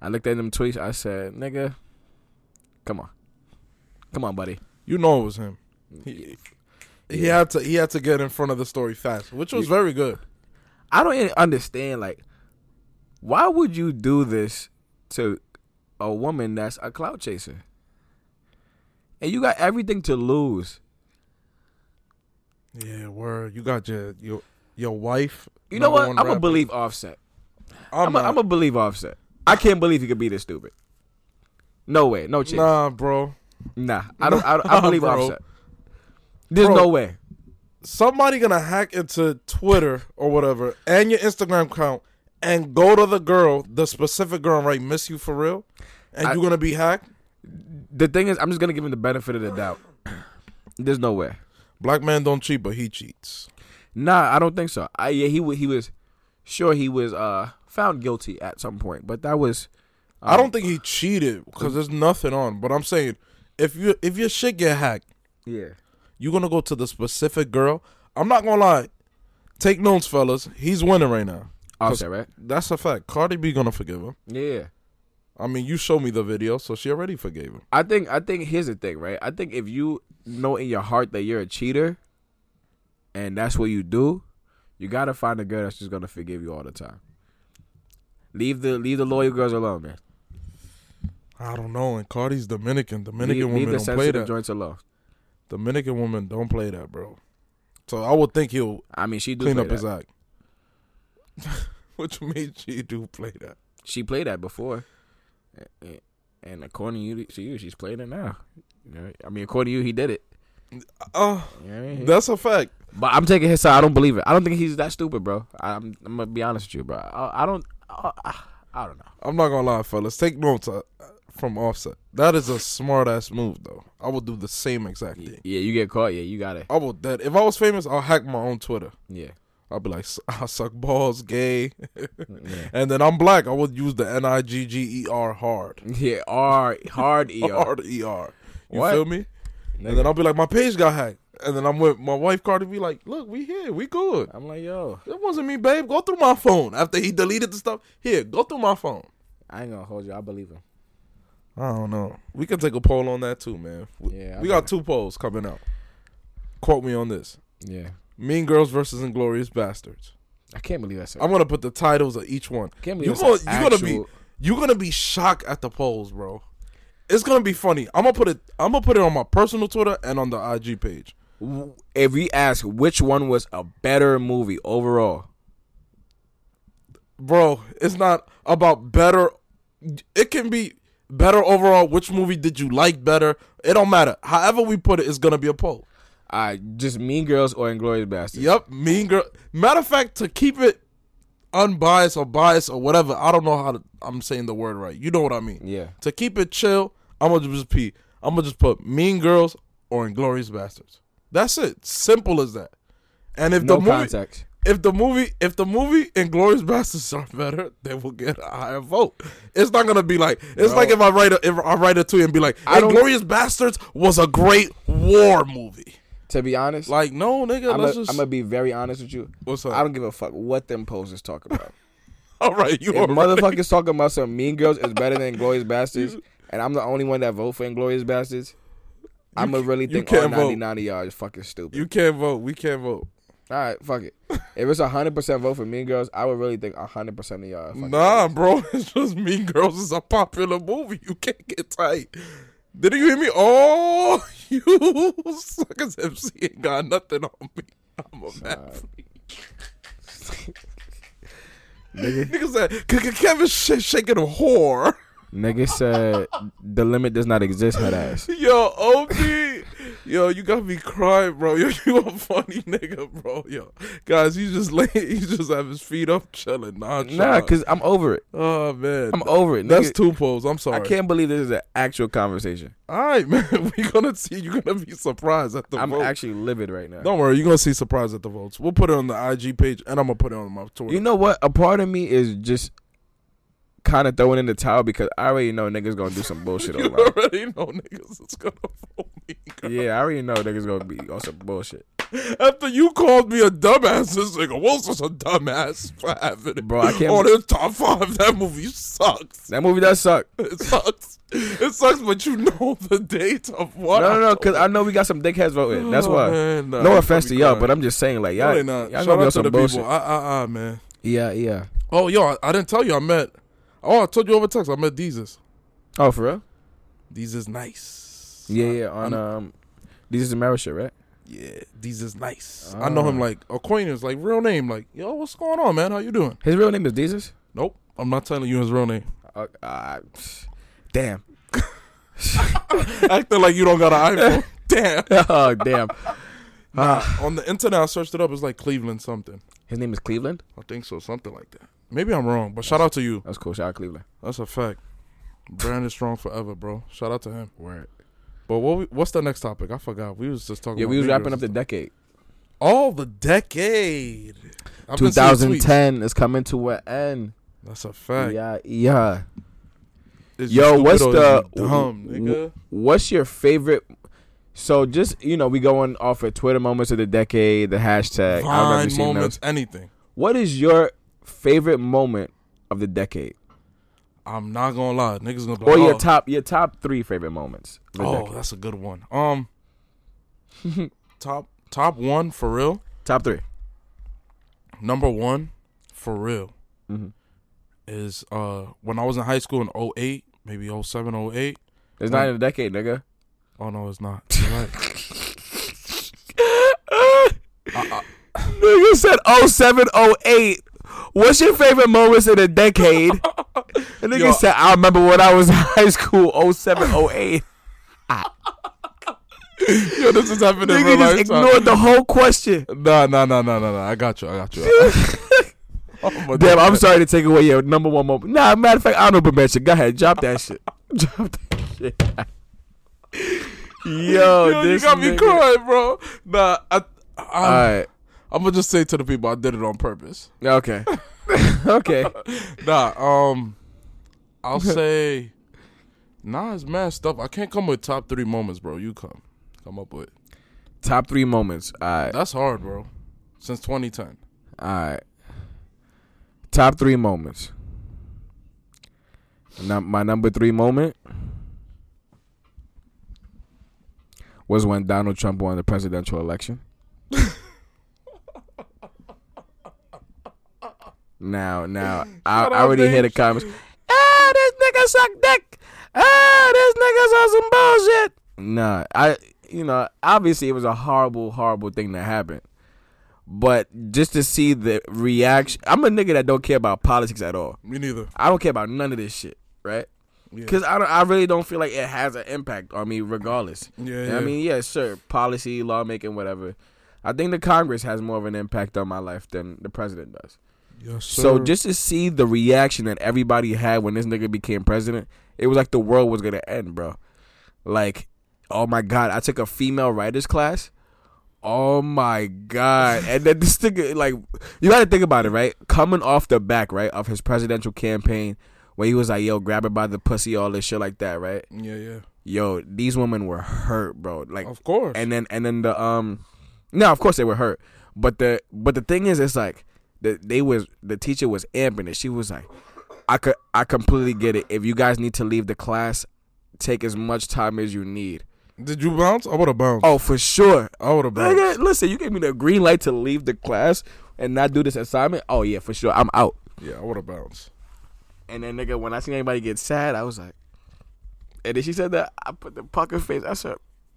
I looked at them tweets. I said, "Nigga, come on, come on, buddy."
you know it was him. He, he
Yeah.
had to he had to get in front of the story fast, which was
Yeah.
very good.
I don't even understand. Like, why would you do this to a woman that's a clout chaser? And you got everything to lose.
Yeah, word. You got your your your wife.
You know
number
what?
one
I'm
rapper.
gonna believe Offset.
I'm,
I'm gonna
not-
I'm believe Offset. I can't believe he could be this stupid. No way. No chance. Nah,
nah, bro.
I don't. I, don't, I
Nah,
believe
bro.
Offset. There's
Bro.
no way.
Somebody gonna hack into Twitter or whatever and your Instagram account and go to the girl, the specific girl, and write "miss you for real," and
I-
you're gonna be hacked.
The thing is, I'm just gonna give him the benefit of the doubt. (clears throat) There's no way.
Black man don't cheat, but he cheats.
Nah, I don't think so. I yeah, he wa- he was sure he was uh found guilty at some point, but that was
I don't think he cheated because there's nothing on. But I'm saying, if you if your shit get hacked,
yeah.
you're gonna go to the specific girl. I'm not gonna lie. Take notes, fellas. He's winning right now.
Offset, right?
That's a fact. Cardi B gonna forgive him.
Yeah.
I mean, you show me the video, so she already forgave him.
I think I think here's the thing, right? I think if you know in your heart that you're a cheater and that's what you do, you gotta find a girl that's just gonna forgive you all the time. Leave the leave the loyal girls alone, man.
I don't know. And Cardi's Dominican.
Leave,
Dominican
leave
women
the
don't play that.
sensitive joints alone.
Dominican women don't play that, bro. So I would think he'll
I mean, she do
clean
play
up
that.
his act. (laughs) Which means she do play that.
she played that before, And- and according to you, to you, she's playing it now. You know, I mean, according to you, he did it.
Oh,
You know what I mean?
that's a fact.
But I'm taking his side. I don't believe it. I don't think he's that stupid, bro. I'm, I'm gonna be honest with you, bro. I, I don't. I, I- I don't know.
I'm not gonna lie, fellas. Take notes uh, from Offset. That is a smart ass move, though. I would do the same exact
Yeah,
thing.
you get caught. Yeah, you got it.
I would that if I was famous, I'll hack my own Twitter.
Yeah. (laughs)
I'll be like, (laughs) "S- I suck balls, gay, (laughs)
Yeah.
and then I'm black. I would use the N I G G E R hard,
Yeah. R hard E (laughs) R.
hard E R. You
What?
feel me? And then I'll be like, my page got hacked, and then I'm with my wife Cardi. Be like, look, we here, we good.
I'm like, yo,
That wasn't me, babe. Go through my phone. After he deleted the stuff, here, go through my phone.
I ain't gonna hold you. I believe him.
I don't know. We can take a poll on that too, man. We,
Yeah, I
we got two polls coming out. Quote me on this:
Yeah.
Mean Girls versus Inglorious Bastards.
I can't believe that's. I
I'm gonna put the titles of each one.
can't believe
You
that's
gonna,
an
you gonna be
actual-
you gonna be shocked at the polls, bro. It's gonna be funny. I'm gonna put it. I'm gonna put it on my personal Twitter and on the IG page.
If you ask which one was a better movie overall,
bro, it's not about better. It can be better overall. Which movie did you like better? It don't matter. However we put it, it's gonna be a poll.
I just Mean Girls or Inglorious Bastards.
Yep, Mean Girl. Matter of fact, to keep it unbiased or biased or whatever, I don't know how to, I'm saying the word right. You know what I mean?
Yeah.
To keep it chill, I'm gonna just pee. I'm gonna just put Mean Girls or Inglorious Bastards. That's it. Simple as that. And if
No
the movie,
context.
if the movie if the movie and Glorious Bastards are better, they will get a higher vote. It's not gonna be like it's
Bro.
like if I write a if I write a tweet and be like,
I don't-
"Glorious Bastards was a great war movie."
To be honest,
Like, no, nigga,
I'm
let's
gonna
just
be very honest with you.
what's up?
I don't give a fuck what them posters talk about.
(laughs) All right, you
if
are right.
motherfuckers talking
(laughs)
about some Mean Girls is better than Glorious Bastards, and I'm the only one that vote for Inglorious Bastards, I'm gonna really
you
think all
can't vote.
99 of y'all is fucking stupid.
You can't vote. We can't vote.
all right,
(laughs)
fuck it. If it's 100% vote for Mean Girls, I would really think 100% of y'all. Are fucking
Nah, bro, (laughs) it's just Mean Girls is a popular movie. You can't get tight. Didn't you hear me? Oh, (laughs) you suckers MC ain't got nothing on me. I'm a mad freak. (laughs) (laughs) Nigga said, "K- K- Kevin sh- shaking a whore. (laughs)
Nigga said the limit does not exist, head ass.
Yo, OG. Yo, you got me crying, bro. Yo, you a funny nigga, bro. Yo, guys, he just lay, (laughs) he just have his feet up, chilling. Nah,
Nah, cause I'm over it.
oh man,
I'm over it.
that's
Nigga,
two polls. I'm sorry.
I can't believe this is an actual conversation.
All right, (laughs) man. We're gonna see. You're gonna be surprised at the
I'm
votes.
actually livid right now.
Don't worry. You're gonna see surprise at the votes. We'll put it on the IG page, and I'm gonna put it on my Twitter.
You know what? A part of me is just kind of throwing in the towel because I already know niggas gonna do some bullshit
(laughs) You
online.
already know niggas is gonna phone me. girl.
Yeah, I already know niggas gonna be on some bullshit.
After you called me a dumbass, this nigga Wilson's a dumbass for having it.
Bro, I can't-
On his top five, that movie sucks.
That movie does suck.
It sucks. It sucks, but you know the date of what?
No, no, no, because I know we got some dickheads voting. That's
Oh,
why.
man, nah,
no
they
offense to
probably
y'all,
crying.
but I'm just saying, like, y'all,
Really
y'all
not.
gonna
Shout
be on
out to
some
the
bullshit.
people. Ah, ah, ah, man.
Yeah, yeah.
Oh, yo, I, I didn't tell you I met. Oh, I told you over text. I met Jesus.
Oh, for real?
These is nice.
Yeah, yeah. On
I'm-
um, this is a marriage shit, right?
yeah. These is nice. I know him
Ah.
like acquaintance, like real name. Like, yo, what's going on, man? How you doing?
His real name is Jesus.
Nope, I'm not telling you his real name. (laughs)
Uh, uh, damn.
Acting like you don't got an
(laughs)
iPhone. Damn.
oh, (laughs) damn. Ah,
On the internet, I searched it up. It's like Cleveland something.
his name is Cleveland.
I think so, something like that. Maybe I'm wrong, but shout out to you.
That's cool. Shout out Cleveland.
That's a fact. Brand is strong forever, bro. Shout out to him.
Word.
But what we, what's the next topic? I forgot. We was just talking.
Yeah,
about
we was
Negroes
wrapping
and
up the decade.
All the decade. I've been seeing tweets.
2010 is coming to an end.
That's a fact.
Yeah, yeah.
It's
Yo,
just
what's
stupid
the-
or dumb
w-
nigga?
What's your favorite? So just you know, we going off of Twitter moments of the decade, the hashtag. I don't know if you've
Fine
seen
moments,
those.
anything.
What is your favorite moment of the decade,
I'm not gonna lie, niggas gonna be
or
like,
your
oh,
top your top three favorite moments? Of the
oh,
decade?
that's a good one. Um,
(laughs)
top top one for real.
top 3
Number one for real
Mm-hmm.
is uh when I was in high school in 08, maybe 07, 08.
It's not in a decade, nigga.
Oh no, it's
(laughs)
not. You're right. Uh,
(laughs) Nigga said 07, 08. What's your favorite moments in a
(laughs)
decade? And nigga
Yo.
said, I remember when I was in high school, 07,
(laughs)
08.
Yo, this is happening in real
Nigga just
life. time.
ignored the whole question.
Nah, nah, nah, nah, nah, nah. I got you. I
(laughs)
got you. (laughs) I'm a
Damn, I'm
dumbass.
sorry to take away your number one moment. Nah, matter of fact, honorable mention. Go ahead, drop
(laughs)
that shit. Drop that shit. (laughs) Yo,
Yo, you
this
got me
nigga.
crying, bro. Nah, I,
All
I,
right,
I'm gonna just say to the people, I did it on purpose. (laughs)
okay, (laughs) okay.
Nah, um, I'll say, nah, it's mad stuff. I can't come with top three moments, bro. You come, come up with.
Top three moments. All right,
That's hard, bro. Since 2010,
all right. Top three moments. Now, my number three moment was when Donald Trump won the presidential election. (laughs) now, now, I,
Shout
I
out,
already hear the
Dave.
comments. Ah, this nigga suck dick. Ah, this nigga's on some bullshit. Nah, I, you know, obviously it was a horrible, horrible thing that happened. But just to see the reaction, I'm a nigga that don't care about politics at all.
me neither.
I don't care about none of this shit, right?
Yeah.
Because I don't, I really don't feel like it has an impact on me, regardless.
Yeah,
I mean, yeah, sure, policy, lawmaking, whatever. I think the Congress has more of an impact on my life than the president does.
Yes,
So
sir.
just to see the reaction that everybody had when this nigga became president, it was like the world was gonna end, bro. Like, oh my god, I took a female writers class. Oh my god! And then this nigga, like, you gotta think about it, right? Coming off the back, right, of his presidential campaign, where he was like, "Yo, grab her by the pussy," all this shit like that, right?
yeah, yeah,
Yo, these women were hurt, bro. Like,
of course.
and then and then the um no of course they were hurt but the but the thing is it's like the, they was the teacher was amping it she was like i could i completely get it if you guys need to leave the class take as much time as you need
Did you bounce? I would have bounced.
oh for sure
I would have bounced.
Nigga, listen you gave me the green light to leave the class and not do this assignment oh yeah for sure i'm out
Yeah, I would have bounced.
and then nigga when i seen anybody get sad i was like and then she said that i put the pucker face i said (laughs)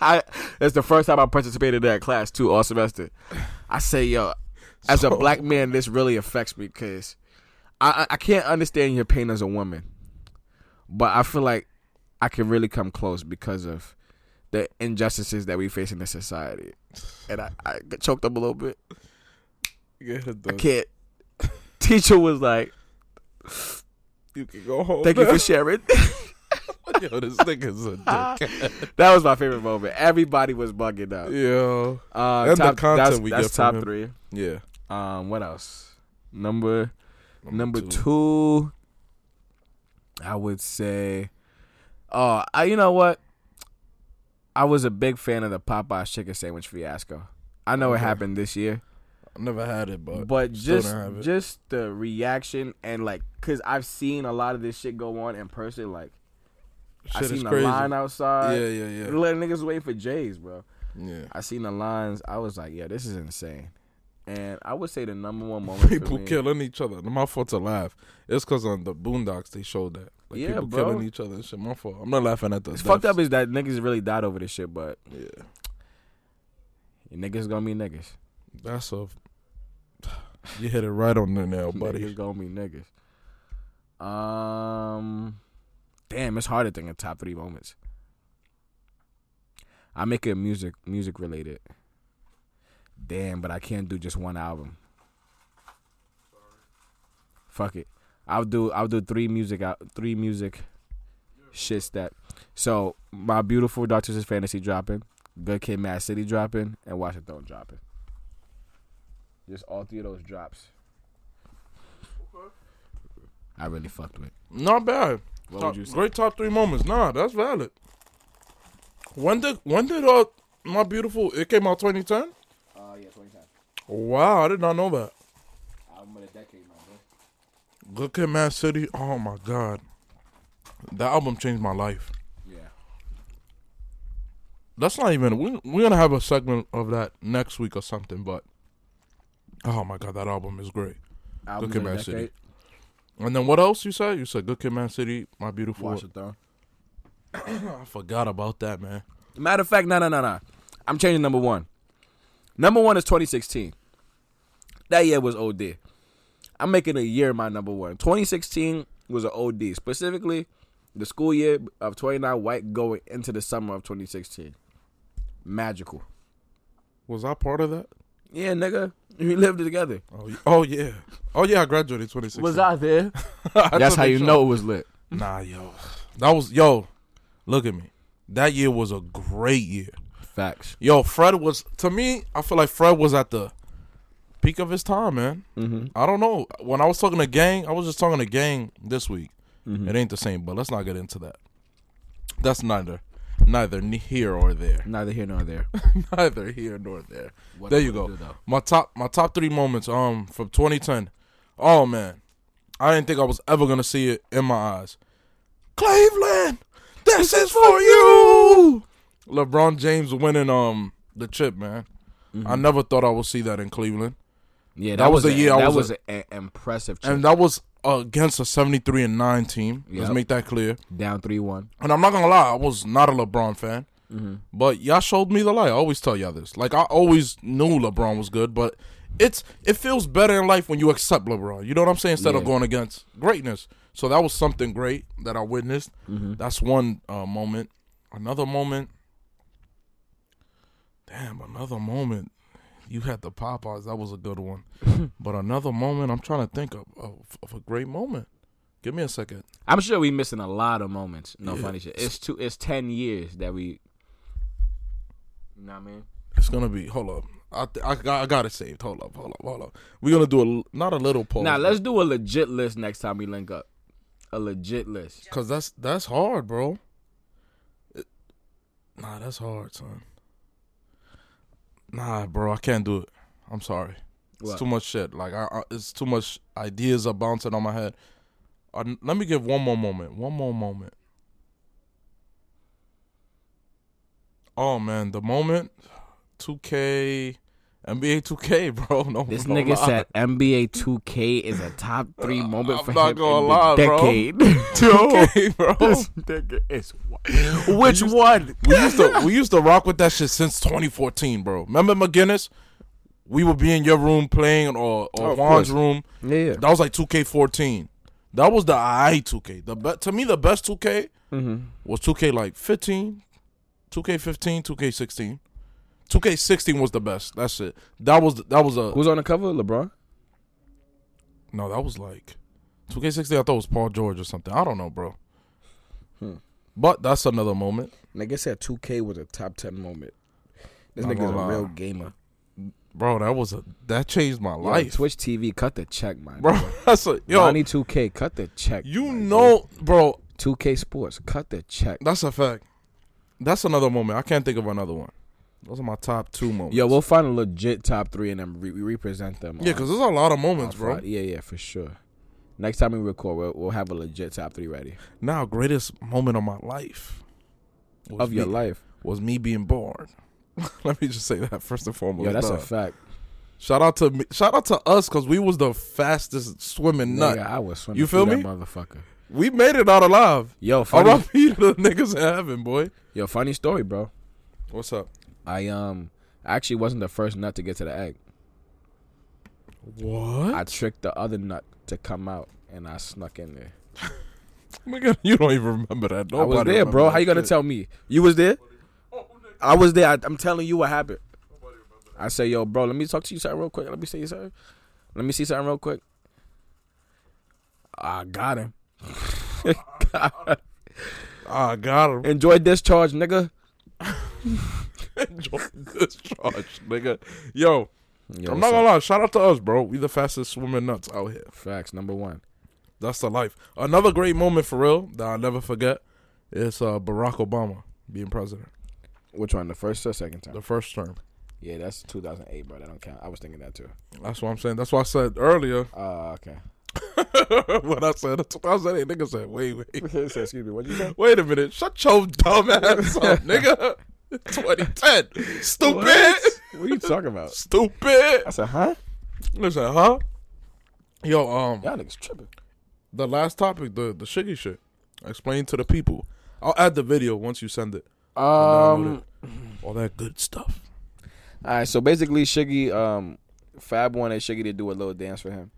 I, that's the first time I participated in that class too all semester. I say, yo, as a
So-
black man, this really affects me because I, I I can't understand your pain as a woman, but I feel like I can really come close because of the injustices that we face in this society, and I, I get choked up a little bit.
Yeah, it
I
does.
can't. (laughs) Teacher was like,
You can go home.
"Thank
(laughs)
you for sharing."
Yo, this nigga's a
(laughs)
dickhead.
that was my favorite moment. Everybody was bugging out.
Yo.
Uh,
And the
top,
content
that's,
we
that's
get from
top
him.
three.
Yeah.
Um, what else? Number Number two, I would say, oh, I, you know what? I was a big fan of the Popeyes chicken sandwich fiasco. I know it
Okay.
happened this year,
I never had it, but
but
still
just
don't have it.
just the reaction and like, cause I've seen a lot of this shit go on in person. Like, I
Shit
seen
is
the
crazy.
line
yeah,
outside.
yeah, yeah,
Little niggas waiting for J's, bro.
yeah.
I seen the lines. I was like, yeah, this is insane. And I would say the number one moment for
People
me,
killing each other. My fault to laugh. It's because on the Boondocks they showed that. Like
Yeah,
people
bro.
killing each other and shit. My fault. I'm not laughing at the.
It's fucked up
deaths.
is that niggas really died over this shit, but
Yeah,
niggas gonna be niggas.
that's a. (sighs) You hit it right on the
(laughs)
nail,
Niggas
buddy.
gonna be niggas. Um, damn, it's hard to think of top three moments. I make it music music related. Damn, but I can't do just one album. Fuck it, I'll do I'll do three music out three music shits that. So my beautiful Doctor's Fantasy dropping, Good Kid, Mad City dropping, and Watch It Throne dropping. Just all three of those drops. I really fucked with.
Not bad.
What
Top-
would you say?
Great top three moments. Nah, that's valid. When did when did uh my beautiful it came out 2010?
Uh, yeah, 20 times.
Wow, I did not know that.
Album of the decade, my bro.
Look at Man City. Oh my god, that album changed my life.
Yeah.
That's not even. We, we're gonna have a segment of that next week or something. But oh my god, that album is great.
Album
Look at
of the
Man City.
decade.
And then what else you said? You said Good Kid, Man City, My Beautiful.
Watch it though.
I forgot about that, man.
Matter of fact, no, no, no, no. I'm changing number one. Number one is 2016. That year was OD. I'm making a year my number one. 2016 was an OD. Specifically, the school year of 29 White going into the summer of 2016. Magical.
Was I part of that?
Yeah, nigga. We lived it together.
Oh, y- oh yeah. Oh yeah, I graduated 2016.
I there?
(laughs) I
That's
took
how
a
you
shot.
know it was lit.
Nah, yo. That was yo. Look at me. That year was a great year.
Facts.
Yo, Fred was to me. I feel like Fred was at the peak of his time, man.
Mm-hmm.
I don't know. When I was talking to Gang, I was just talking to Gang this week. It ain't the same, but let's not get into that. That's neither, neither ne- here or there.
Neither here nor there.
(laughs) neither here nor there.
What
There
I
you
wanna
go.
do, though.
My top, my top three moments. Um, from 2010. Oh man, I didn't think I was ever gonna see it in my eyes. Cleveland, this is for you. LeBron James winning um the chip, man. I never thought I would see that in Cleveland.
Yeah,
That was a year I
That
was
was an impressive. Chip.
And that was against a 73 and 9 team. Let's
Yep.
make that clear.
down three one.
And I'm not going to lie, I was not a LeBron fan. But y'all showed me the light. I always tell y'all this. Like I always knew LeBron was good, but it's it feels better in life when you accept LeBron. You know what I'm saying? Instead of
Yeah.
going against greatness. So that was something great that I witnessed. That's one uh, moment. Another moment. Damn, another moment. You had the Popeyes. That was a good one. but another moment. I'm trying to think of, of of a great moment. Give me a second.
I'm sure we missing a lot of moments. No
Yeah.
funny shit. It's two. It's ten years that we. You know what I mean?
It's gonna be. Hold up. I th- I, got, I got it saved. Hold up. Hold up. Hold up. We're gonna do a l- not a little poll.
Now let's do a legit list next time we link up. A legit list.
Cause that's that's hard, bro. It- nah, that's hard, son. Nah, bro, I can't do it. I'm sorry.
What?
It's too much shit. Like I, I, it's too much ideas are bouncing on my head. Uh, n- let me give one more moment. One more moment. Oh man, the moment, 2K, NBA 2K, (laughs) bro. No,
This
no
nigga
lie. (laughs)
said NBA 2K is a top three moment
Uh, I'm
for
not
him
gonna
in
lie,
the
bro.
decade.
(laughs)
(laughs)
2K, bro.
this nigga is wild. Which one?
We used to we used to rock with that shit since 2014, bro. Remember McGinnis? We would be in your room playing or or
Oh, of
Juan's
course.
room.
Yeah.
That was like 2K14. That was the I 2K. The be- to me the best 2K
Mm-hmm.
was 2K like 15, 2K15, 2K16. 2K16 was the best. That's it. That was that was a
Who's on the cover? LeBron.
no. That was like 2K16. I thought was Paul George or something. I don't know, bro.
Hmm.
But that's another moment.
Nigga said 2K was a top 10 moment. This
Not
nigga's
gonna
a
lie.
real gamer.
bro, that was a that changed my life,
Twitch TV, cut the check, man.
bro. (laughs) That's a yo.
Ronnie 2K, cut the check.
you
my
know, bro.
dude. 2K Sports, cut the check.
That's a fact. That's another moment. I can't think of another one. Those are my top two moments.
Yo, we'll find a legit top three and then re- we represent them.
yeah,
on-
because there's a lot of
on
moments, bro.
Friday. Yeah, yeah, for sure. Next time we record, we'll, we'll have a legit top three ready
Now, greatest moment of my life was
of your
me-
life.
was me being born. (laughs) Let me just say that first and foremost.
Yo, that's a
dog.
fact.
shout out to me, shout out to us because we was the fastest swimming nut.
Nigga, I was swimming.
You feel
through
me? Oh,
That motherfucker.
We made it out alive.
Yo, funny.
R.I.P. to the niggas in heaven, boy.
Yo, funny story, bro.
What's up?
I um actually wasn't the first nut to get to the egg.
What?
I tricked the other nut to come out, and I snuck in there.
(laughs) Nigga, you don't even remember that. Nobody
I was there, bro.
remember
How you
that
gonna
shit.
tell me you was there? I was there. I, I'm telling you what happened. I say, yo, bro, let me talk to you something real quick. Let me say something. Let me see something real quick. I got him.
I got him.
Enjoy discharge, nigga.
(laughs) Enjoy this charge, nigga. Yo,
Yo,
I'm
so-
not gonna lie. Shout out to us, bro. We the fastest swimming nuts out here.
Facts number one.
That's the life. Another great moment for real that I'll never forget is uh, Barack Obama being president,
Which one? The first or second time?
the first term.
Yeah, that's 2008, bro. That don't count. I was thinking that too.
That's what I'm saying. That's what I said earlier. (laughs)
Uh, (laughs) okay.
what I said, 2008, nigga said, wait, wait,
So, Excuse me. What you say?
wait a minute. Shut your dumb ass up, nigga. 2010. Stupid.
What? What are you talking about?
Stupid.
I said, huh?
Listen, huh? Yo, um,
Y'all niggas tripping.
the last topic, the the shiggy shit. Explain to the people. I'll add the video once you send it.
Um.
All that good stuff.
All right, so basically, Shiggy, um, Fab wanted Shiggy to do a little dance for him,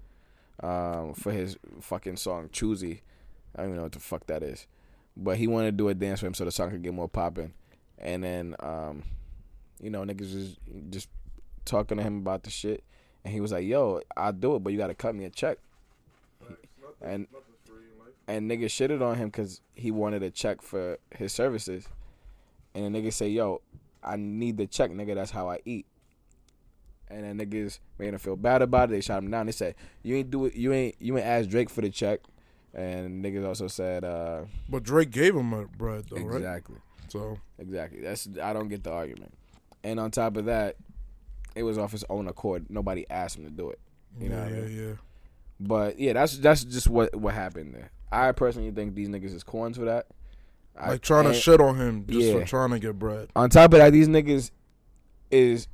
um, for his fucking song "Choosy." I don't even know what the fuck that is, but he wanted to do a dance for him so the song could get more popping. And then, um, you know, niggas was just talking to him about the shit, and he was like, "Yo, I'll do it, but you gotta cut me a check." And and niggas shitted on him because he wanted a check for his services, and the niggas say, "Yo, I need the check, nigga. That's how I eat. And then niggas made him feel bad about it. They shot him down. They said, "You ain't do it. You ain't you ain't asked Drake for the check." And niggas also said, uh,
But Drake gave him a bread though, right?
"Exactly,
So
exactly." That's I don't get the argument. And on top of that, it was off his own accord. Nobody asked him to do it. You know
yeah,
what I
yeah,
mean?
yeah.
But yeah, that's that's just what what happened there. I personally think these niggas is corns for that. I-
Like trying to
and-
shit on him just for
Yeah.
trying to get bread.
On top of that, these niggas is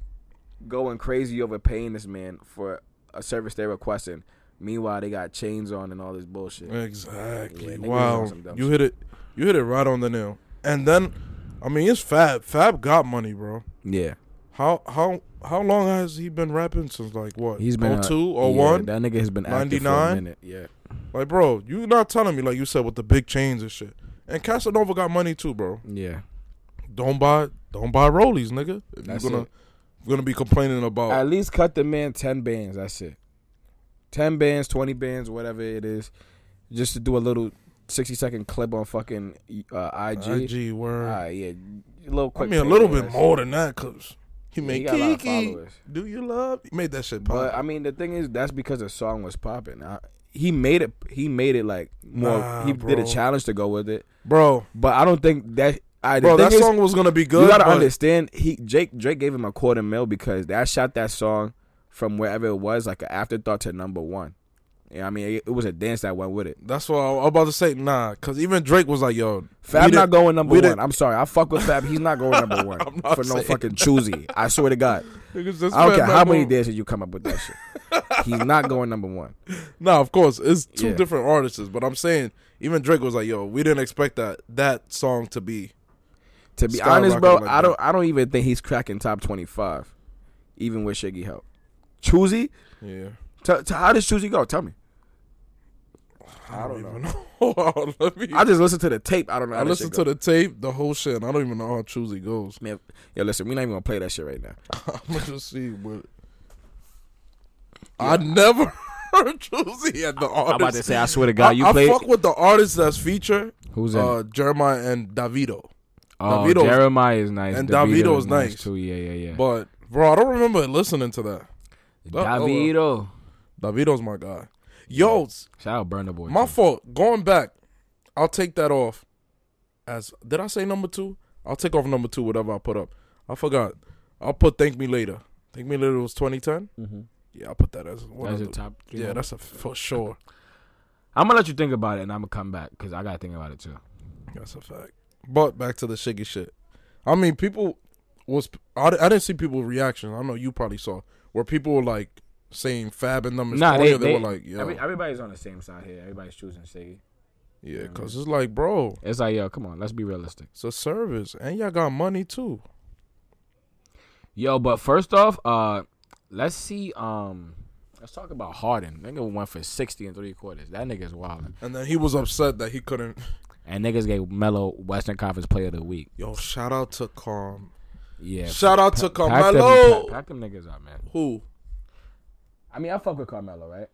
going crazy over paying this man for a service they're requesting. Meanwhile, they got chains on and all this bullshit.
Exactly.
Yeah, niggas on
wow.
some dumb
You hit it. You hit it right on the nail. And then, I mean, it's Fab. Fab got money, bro.
Yeah,
How how how long has he been rapping since like what? oh
he's been uh,
two
yeah,
or one.
That nigga has been active for a
99?
minute. Yeah,
Like, bro, you not telling me like you said with the big chains and shit. And Casanova got money too, bro.
yeah.
Don't buy don't buy rollies, nigga. If
That's
you're gonna
it.
gonna be complaining about
At least cut the man ten bands. That's it. Ten bands, twenty bands, whatever it is, just to do a little sixty second clip on fucking uh, IG.
IG
All
word.
right, yeah, a little
I
quick.
mean a
payback,
little bit
that's it.
more than that, cause he
Yeah, he
made
got a lot of
Kiki.
followers.
Do you love? He made that shit
But
pop.
I mean, the thing is, that's because the song was popping. I, he made it. He made it like more.
Nah,
he did a
bro.
challenge to go with it.
bro,
But I don't think that. I
bro,
the
that
thing is,
song was gonna be good.
you gotta
but
understand. He Jake Drake gave him a quarter mil because that shot that song from wherever it was like an afterthought to number one. Yeah, I mean, it, it was a dance that went with it.
That's what I was about to say. Nah, cause even Drake was like, "Yo,
Fab
we did-
not going number
we
one.
didn't-
I'm sorry, I fuck with Fab. He's not going
(laughs)
number one
I'm not
for no
saying-
fucking choosy. I swear to God,
Niggas, this
I don't
man
care
not
how many
going-
dances you come up with that shit. He's not going number one.
Nah, of course, it's two
Yeah.
different artists, but I'm saying even Drake was like, "Yo, we didn't expect that that song to be."
To be
Skyrocketed
honest, bro,
like
I
that.
don't I don't even think he's cracking top twenty five, even with Shiggy help. Choosy,
Yeah,
T- t- how does Choosy go? Tell me. I don't
even (laughs) know. Let me.
I just listened to the tape. I don't know.
I listened to the tape, the whole shit, and I don't even know how choosy goes. (laughs)
Man, yo, listen, we're not even gonna play that shit right now.
I'm gonna just see what. I never (laughs) heard choosy at the artist.
I'm about to say, I swear to God,
Oh, I,
you
I
played
fuck with the artist that's featured,
who's in?
uh, Jeremiah and Davido,
oh,
Davido's-
Jeremiah is nice,
and
Davido
Davido's
is
nice.
too. Yeah, yeah, yeah.
but Bro, I don't remember listening to that. Oh, oh, well.
Davido.
Davido's my guy. Yo, s-
Shout out Burner Boy.
my
too.
fault. Going back, I'll take that off. As did I say number two? I'll take off number two, whatever I put up. I forgot. I'll put Thank Me Later. Thank Me Later was 2010.
Mm-hmm.
Yeah, I'll put that as one.
That's
of
your
the,
top three.
yeah,
moments?
that's a, for sure.
I'm gonna let you think about it, and I'm gonna come back because I gotta think about it too.
That's a fact. But back to the shaky shit. I mean, people was I, I didn't see people's reactions. I know you probably saw where people were like saying Fab and them is
Nah,
corny,
they-
or
they-
were like, yeah,
Every, everybody's on the same side here. Everybody's choosing Shaggy.
yeah, because it's like, bro,
It's like, yo, come on, let's be realistic.
it's a service, and y'all got money too.
Yo, but first off, uh, let's see. Um, let's talk about Harden. Nigga went for sixty and three quarters. That nigga's wild.
And then he was upset that he couldn't.
And niggas gave Melo Western Conference Player of the Week.
Yo, shout out to Calm.
Yeah.
Shout out to
pack them,
Carmelo.
pack, pack them niggas up, man.
Who?
I mean, I fuck with Carmelo, right?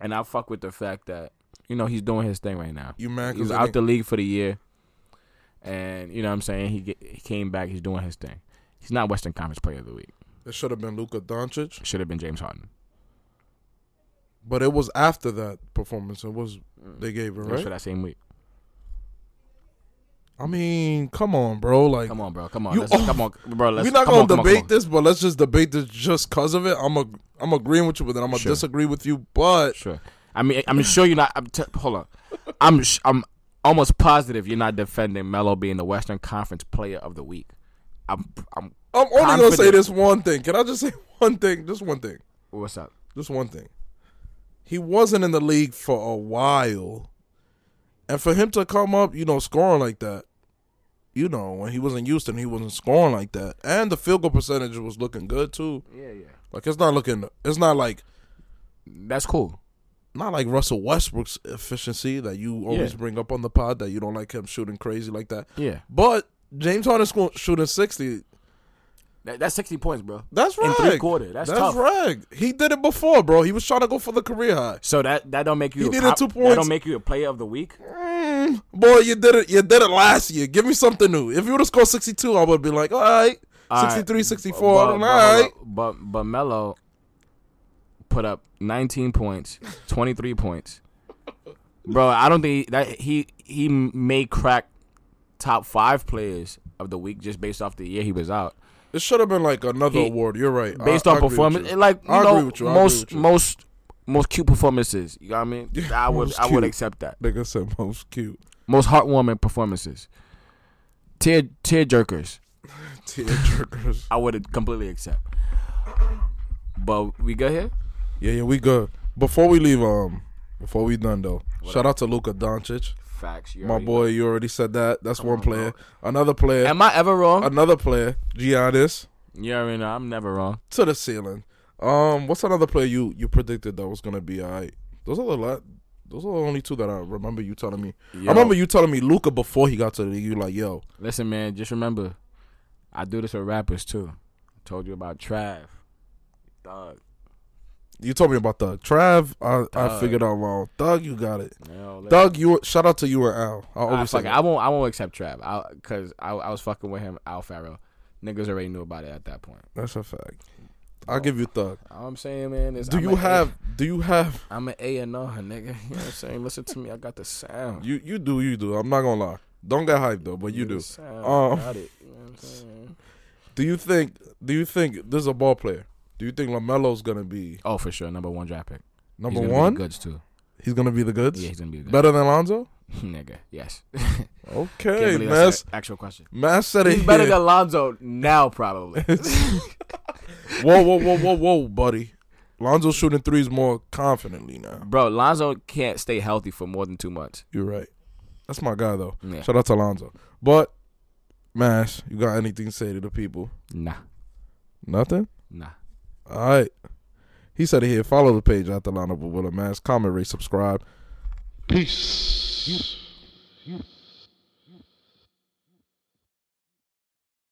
And I fuck with the fact that you know he's doing his thing right now.
You man?
He's out the league for the year, and you know what I'm saying he get, he came back. He's doing his thing. He's not Western Conference Player of the Week.
It should have been Luka Doncic,
Should have been James Harden.
but it was after that performance. It was they gave it
It was
right.
for that same week.
I mean, come on, bro. Like,
Come on, bro. Come on.
You-
Let's,
(laughs)
come on, bro. Let's,
we're not
come
gonna
on, come on,
debate
come on.
this, but let's just debate this just cause of it. I'm a, I'm agreeing with you, but then I'm gonna
Sure.
disagree with you. But
Sure. I mean, I'm sure you're not. I'm t- hold on. I'm sh- I'm almost positive you're not defending Melo being the Western Conference Player of the Week. I'm. I'm
I'm only gonna say
Confident.
this one thing. Can I just say (laughs) one thing? Just one thing.
what's up?
Just one thing. He wasn't in the league for a while, and for him to come up, you know, scoring like that, you know, when he was in Houston, he wasn't scoring like that, and the field goal percentage was looking good too.
Yeah, yeah.
Like it's not looking, it's not like
That's cool.
not like Russell Westbrook's efficiency that you always
Yeah.
bring up on the pod that you don't like him shooting crazy like that.
Yeah.
But James Harden sco- shooting sixty.
That, that's 60 points, bro.
That's
In
right.
three quarter. That's tough.
rag. He did it before, bro. He was trying to go for the career high.
So that that don't make you
He
a
needed
cop-
two
That
points.
don't make you a player of the week.
Mm, boy, you did it. You did it last year. Give me something new. If you would have scored 62, I would be like, all right,
All right.
63, 64, all
but,
right.
But but Melo put up 19 points, 23 points. Bro, I don't think that he he may crack top five players of the week just based off the year he was out.
It should have been like another
He-
award. You're right. I-
Based
I
on
agree with
performance,
you.
it like you
I
know,
agree with you. I agree
most
with you.
most most cute performances. You know what I mean? I would
most
I would
cute.
accept that.
Nigga said most cute. (laughs)
Most heartwarming performances. Tear tear jerkers.
Tear jerkers.
I would completely accept. But we got here.
Yeah, yeah, we good. Before we leave, um, before we done though, shout out to Luka Doncic,
Facts. you
my
already
boy. You already said that. That's one
on,
player. Another player.
Am I ever wrong?
another player. Giannis
yeah, I mean, I'm never wrong.
to the ceiling. Um, what's another player you you predicted that was gonna be alright? Those are the la- those are the only two that I remember you telling me.
Yo,
I remember you telling me Luca before he got to the league. You like, yo,
Listen, man, just remember, I do this with rappers too. I told you about Trav, Thug.
you told me about Thug. Trav, I, I
Thug.
figured out wrong. Thug, you got it.
Yo, listen.
Thug, you shout out to you and Al. I
Nah,
always say
Ah, fuck it.
that.
I won't. I won't accept Trav. I, Cause I, I was fucking with him, Al Farrow. Niggas already knew about it at that point.
that's a fact. I'll give you Thug.
All I'm saying, man, is
Do
I'm
you
an
have? Do you have?
A, I'm an A and R nigga. (laughs) You know what I'm saying? Listen to me. I got the sound.
You you do you do. I'm not gonna lie. Don't get hyped though, but you
The
do.
sound.
Um,
got it. You know what I'm saying?
Do you think? Do you think this is a ball player? Do you think Lamelo's gonna be
Oh, for sure. Number one draft pick.
number
he's gonna be the
one?
goods too.
He's gonna be the goods.
Yeah, he's gonna be the goods.
Better than Lonzo?
(laughs) nigga. Yes. (laughs)
Okay,
Can't believe
Mass.
that's an actual question.
Mass said it.
He's better
here.
than Lonzo now, probably.
whoa, whoa, whoa, whoa, whoa, buddy. Lonzo's shooting threes more confidently now.
Bro, Lonzo can't stay healthy for more than two months.
You're right. That's my guy though.
Yeah.
Shout out to Lonzo. But Mass, you got anything to say to the people?
Nah,
Nothing.
nah.
All right. He said it here. Follow the page at the lineup with Willa Mass. Comment, rate, subscribe.
Peace.